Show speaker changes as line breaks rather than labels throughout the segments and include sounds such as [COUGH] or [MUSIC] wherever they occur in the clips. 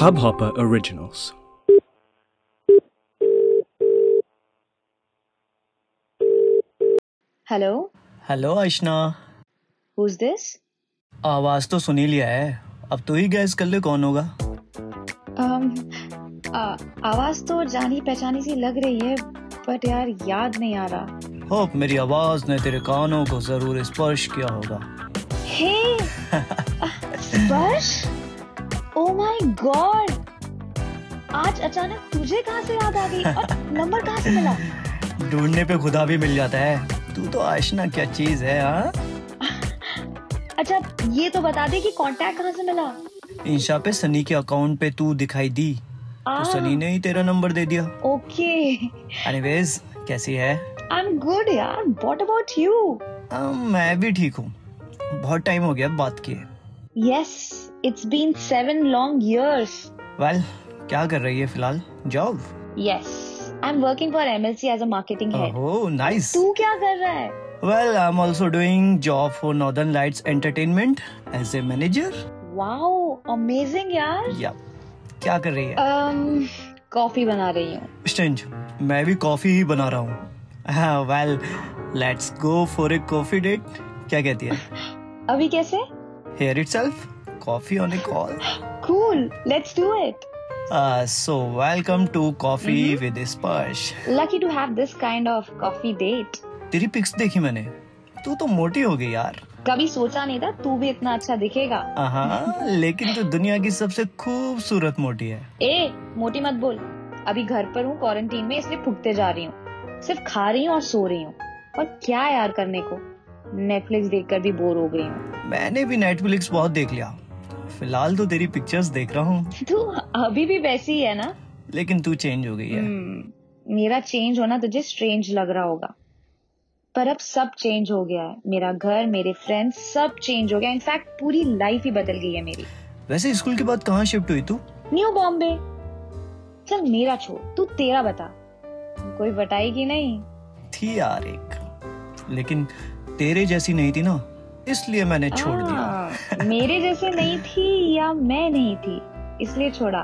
Hubhopper Originals.
Hello,
hello Ayshana
who's this?
आवाज तो सुनी लिया है अब तू ही गैस कर ले कौन होगा
Um, आ, आवाज तो जानी पहचानी सी लग रही है बट यार याद नहीं आ रहा
होप मेरी आवाज ने तेरे कानों को जरूर स्पर्श किया होगा
हे [LAUGHS] स्पर्श ओ माय गॉड Oh आज अचानक तुझे कहाँ से याद आ गई और नंबर कहाँ से मिला
ढूंढने पे खुदा भी मिल जाता है तू तो आयशना क्या चीज है हाँ
अच्छा ये तो बता दे कि कांटेक्ट कहाँ से मिला
इंशा पे सनी के अकाउंट पे तू दिखाई दी
हाँ।
तो सनी ने ही तेरा नंबर दे दिया
ओके आई
एनीवेज कैसी है
एम गुड यार व्हाट अबाउट यू
अम, मैं भी ठीक हूँ बहुत टाइम हो गया बात किए
yes it's been seven long years
well क्या कर रही है फिलहाल job
Yes, I'm working for MLC as a
Oh,
marketing head.
Oh nice
तू क्या कर रहा है?
Well I am also doing job for northern lights entertainment as a manager
Wow, amazing यार.
या क्या कर रही है
Um, कॉफी बना रही हूँ.
स्टेंज मैं भी कॉफी ही बना रहा हूँ हाँ, well let's go for a coffee date क्या कहती है
अभी कैसे?
Here itself coffee on a call
Cool, let's do it.
So welcome to coffee with Sparsh
Lucky to have this kind of coffee date.
तेरी पिक्स देखी मैंने तू तो मोटी हो गई यार
कभी सोचा नहीं था तू भी इतना अच्छा दिखेगा.
हाँ लेकिन तू दुनिया की सबसे खूबसूरत मोटी है
ए, मोटी मत बोल. अभी घर पर हूँ क्वारंटीन में इसलिए फूकते जा रही हूँ. सिर्फ खा रही हूँ और सो रही हूँ. और क्या यार करने को? नेटफ्लिक्स देखकर भी बोर हो गई हूँ. [LAUGHS]
मैंने भी नेटफ्लिक्स बहुत देख लिया फिलहाल तो तेरी पिक्चर्स देख रहा हूँ
तू तो अभी भी वैसी ही है ना?
लेकिन तू चेंज हो गई है
हम्म, मेरा चेंज होना तुझे स्ट्रेंज लग रहा होगा पर अब सब चेंज हो गया है मेरा घर मेरे फ्रेंड्स सब चेंज हो गया इनफैक्ट पूरी लाइफ ही बदल गई है मेरी
वैसे स्कूल के बाद कहाँ शिफ्ट हुई तू
न्यू बॉम्बे चल मेरा छोड़ तू तेरा बता कोई बताएगी नहीं
थी यार एक लेकिन तेरे जैसी नहीं थी ना इसलिए मैंने छोड़ दिया
आ, हाँ, मेरे जैसे नहीं थी या मैं नहीं थी इसलिए छोड़ा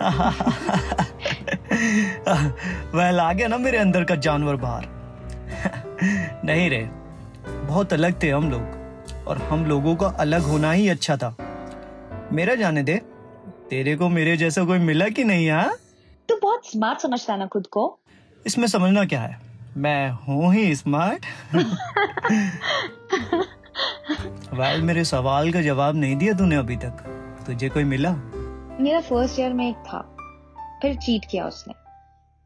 [LAUGHS] वेल आ गया ना मेरे अंदर का जानवर बाहर [LAUGHS] नहीं रे बहुत अलग थे हम लोग और हम लोगों का अलग होना ही अच्छा था मेरा जाने दे तेरे को मेरे जैसा कोई मिला कि नहीं हाँ
तू बहुत स्मार्ट समझता है ना खुद को
इसमें समझना क्या है मैं हूँ ही स्मार्ट वेल मेरे सवाल का जवाब नहीं दिया तूने अभी तक तुझे कोई मिला
मेरा फर्स्ट ईयर में एक था फिर चीट किया उसने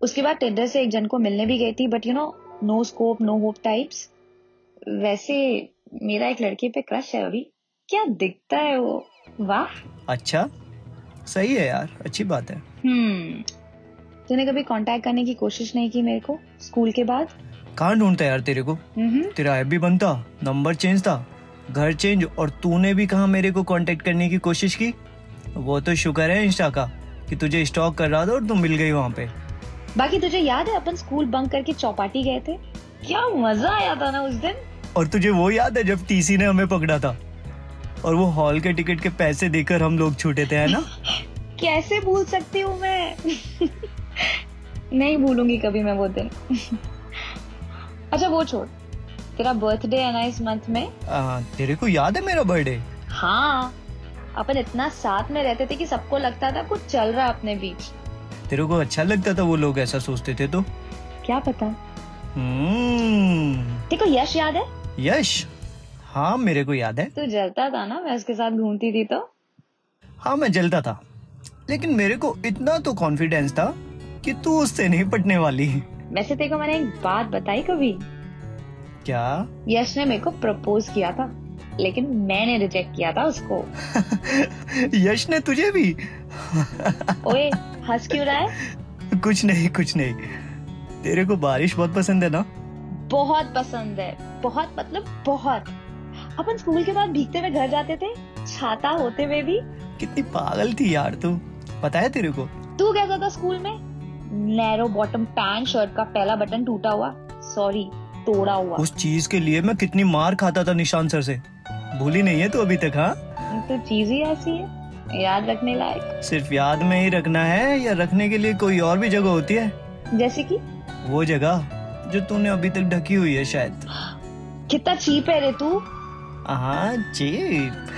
उसके बाद टेंडर से एक जन को मिलने भी गई थी but you know no scope no hope types वैसे मेरा एक लड़के पे क्रश है अभी क्या दिखता है वो वाह
अच्छा सही है यार अच्छी बात है
हम्म तूने कभी कांटेक्ट करने की कोशिश नहीं की मेरे को स्कूल के बाद
कहाँ ढूंढता यार तेरे को
हम्म
तेरा ऐप भी बनता नंबर चेंज था घर चेंज और तूने भी कहा मेरे को कांटेक्ट करने की कोशिश की वो तो शुक्र है इंस्टा का कि तुझे स्टॉक कर रहा था और तू मिल गई वहाँ पे
बाकी तुझे याद है अपन स्कूल बंक करके चौपाटी गए थे क्या मजा आया था ना उस दिन
और तुझे वो याद है जब टीसी ने हमें पकड़ा था और वो हॉल के टिकट के पैसे देकर हम लोग छूटे थे है ना
कैसे भूल सकती हूँ मैं नहीं भूलूंगी कभी मैं वो दिन अच्छा वो छोड़ तेरा बर्थडे है ना इस मंथ में
आ, तेरे को याद है मेरा बर्थडे
हाँ अपन इतना साथ में रहते थे कि सबको लगता था कुछ चल रहा है अपने बीच
तेरे को अच्छा लगता था वो लोग ऐसा सोचते थे तो
क्या पता
हम्म,
देखो यश याद है
यश हाँ मेरे को याद है
तू जलता था ना मैं उसके साथ घूमती थी तो
हाँ मैं जलता था लेकिन मेरे को इतना तो कॉन्फिडेंस था कि तू उससे नहीं पटने वाली
वैसे तेरे को मैंने एक बात बताई कभी
क्या
यश ने मेरे को प्रपोज किया था लेकिन मैंने रिजेक्ट किया था उसको
यश ने तुझे भी
ओए हंस क्यों रहा है
कुछ नहीं कुछ नहीं तेरे को बारिश बहुत पसंद है ना
बहुत पसंद है बहुत मतलब बहुत अपन स्कूल के बाद भीगते हुए घर जाते थे छाता होते हुए भी
कितनी पागल थी यार तू पता है तेरे को
तू कैसा था स्कूल में नैरो बॉटम पैंट शर्ट का पहला बटन टूटा हुआ सॉरी तोड़ा हुआ
उस चीज के लिए मैं कितनी मार खाता था निशान सर से भूली नहीं है तू अभी तक हाँ
तो चीज ही ऐसी है याद रखने लायक
सिर्फ याद में ही रखना है या रखने के लिए कोई और भी जगह होती है
जैसे कि
वो जगह जो तूने अभी तक ढकी हुई है शायद
कितना चीप है रे तू
हाँ चीप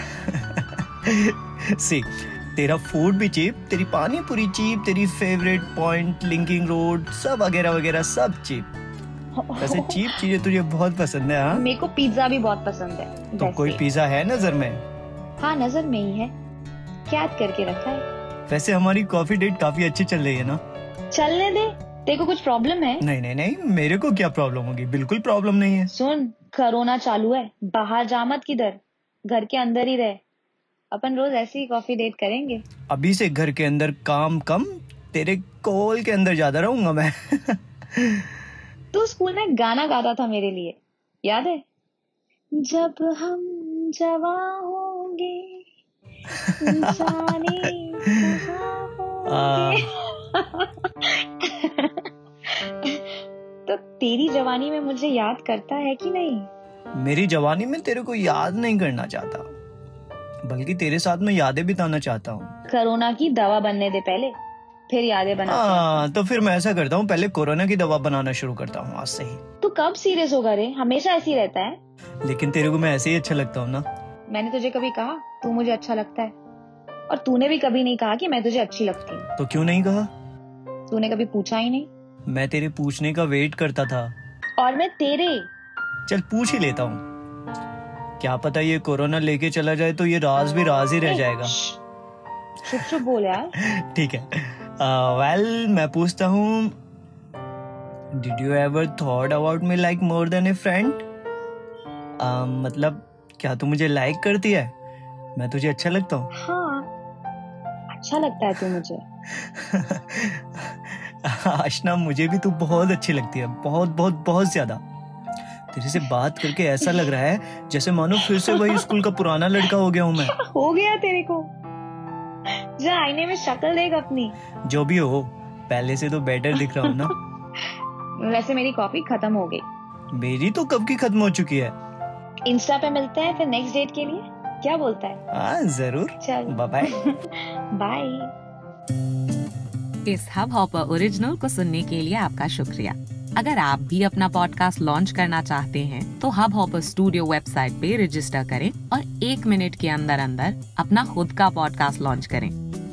[LAUGHS] सी तेरा फूड भी चीप तेरी पानी पूरी चीप तेरी फेवरेट पॉइंट लिंकिंग रोड सब वगैरह वगैरह सब चीप
[LAUGHS]
वैसे चीप चीजें तुझे बहुत पसंद है हाँ
मेरे को पिज्जा भी बहुत पसंद है
तो
वैसे।
कोई पिज्जा है नजर में
हाँ नजर में ही है याद करके रखा है
वैसे हमारी कॉफी डेट काफी अच्छी चल रही है ना
चलने दे तेरे को कुछ प्रॉब्लम है
नहीं नहीं नहीं मेरे को क्या प्रॉब्लम होगी बिल्कुल प्रॉब्लम नहीं है
सुन कोरोना चालू है बाहर जा मत किधर घर के अंदर ही रह अपन रोज ऐसी ही कॉफी डेट करेंगे
अभी से घर के अंदर काम कम तेरे कॉल के अंदर ज्यादा रहूंगा मैं [LAUGHS]
तू स्कूल में गाना गाता था मेरे लिए याद है जब हम जवा होंगे जाने कहाँ
आ,
होंगे। तो तेरी जवानी में मुझे याद करता है कि नहीं
मेरी जवानी में तेरे को याद नहीं करना चाहता बल्कि तेरे साथ मैं यादें बिताना चाहता हूँ
कोरोना की दवा बनने दे पहले फिर यादें बना
हाँ तो फिर मैं ऐसा करता हूँ पहले कोरोना की दवा बनाना शुरू करता हूँ आज से ही
तू कब सीरियस होगा रे हमेशा ऐसी रहता है
लेकिन तेरे को मैं ऐसे ही अच्छा लगता हूँ ना
मैंने तुझे कभी कहा तू मुझे अच्छा लगता है और तूने भी कभी नहीं कहा कि मैं तुझे अच्छी लगती हूँ
तो क्यों नहीं कहा
तूने कभी पूछा ही नहीं
मैं तेरे पूछने का वेट करता था
और मैं तेरे
चल पूछ ही लेता हूँ क्या पता ये कोरोना लेके चला जाए तो ये राज भी राज ही रह
ए,
जाएगा
श्श, चुप चुप बोल यार
ठीक है वेल मैं पूछता हूँ did you ever thought about me like more than a friend मतलब क्या तू मुझे लाइक करती है मैं तुझे अच्छा लगता हूँ [LAUGHS]
हाँ अच्छा लगता है तू मुझे [LAUGHS]
आशना मुझे भी तू बहुत अच्छी लगती है बहुत बहुत बहुत ज्यादा तेरे से बात करके ऐसा लग रहा है जैसे मानो फिर से वही स्कूल का पुराना लड़का हो गया हूँ मैं
हो गया तेरे को जा आईने में शक्ल देख अपनी
जो भी हो पहले से तो बेटर दिख रहा हूँ ना
वैसे मेरी कॉफी खत्म हो गई
मेरी तो कब की खत्म हो चुकी है
इंस्टा पे मिलते हैं फिर नेक्स्ट डेट के लिए क्या बोलता है
हाँ जरूर
चल
बाय हम्म।
बाय
इस हब हॉपर ओरिजिनल को सुनने के लिए आपका शुक्रिया अगर आप भी अपना पॉडकास्ट लॉन्च करना चाहते हैं, तो हब हॉपर स्टूडियो वेबसाइट पे रजिस्टर करें और एक मिनट के अंदर अंदर अपना खुद का पॉडकास्ट लॉन्च करें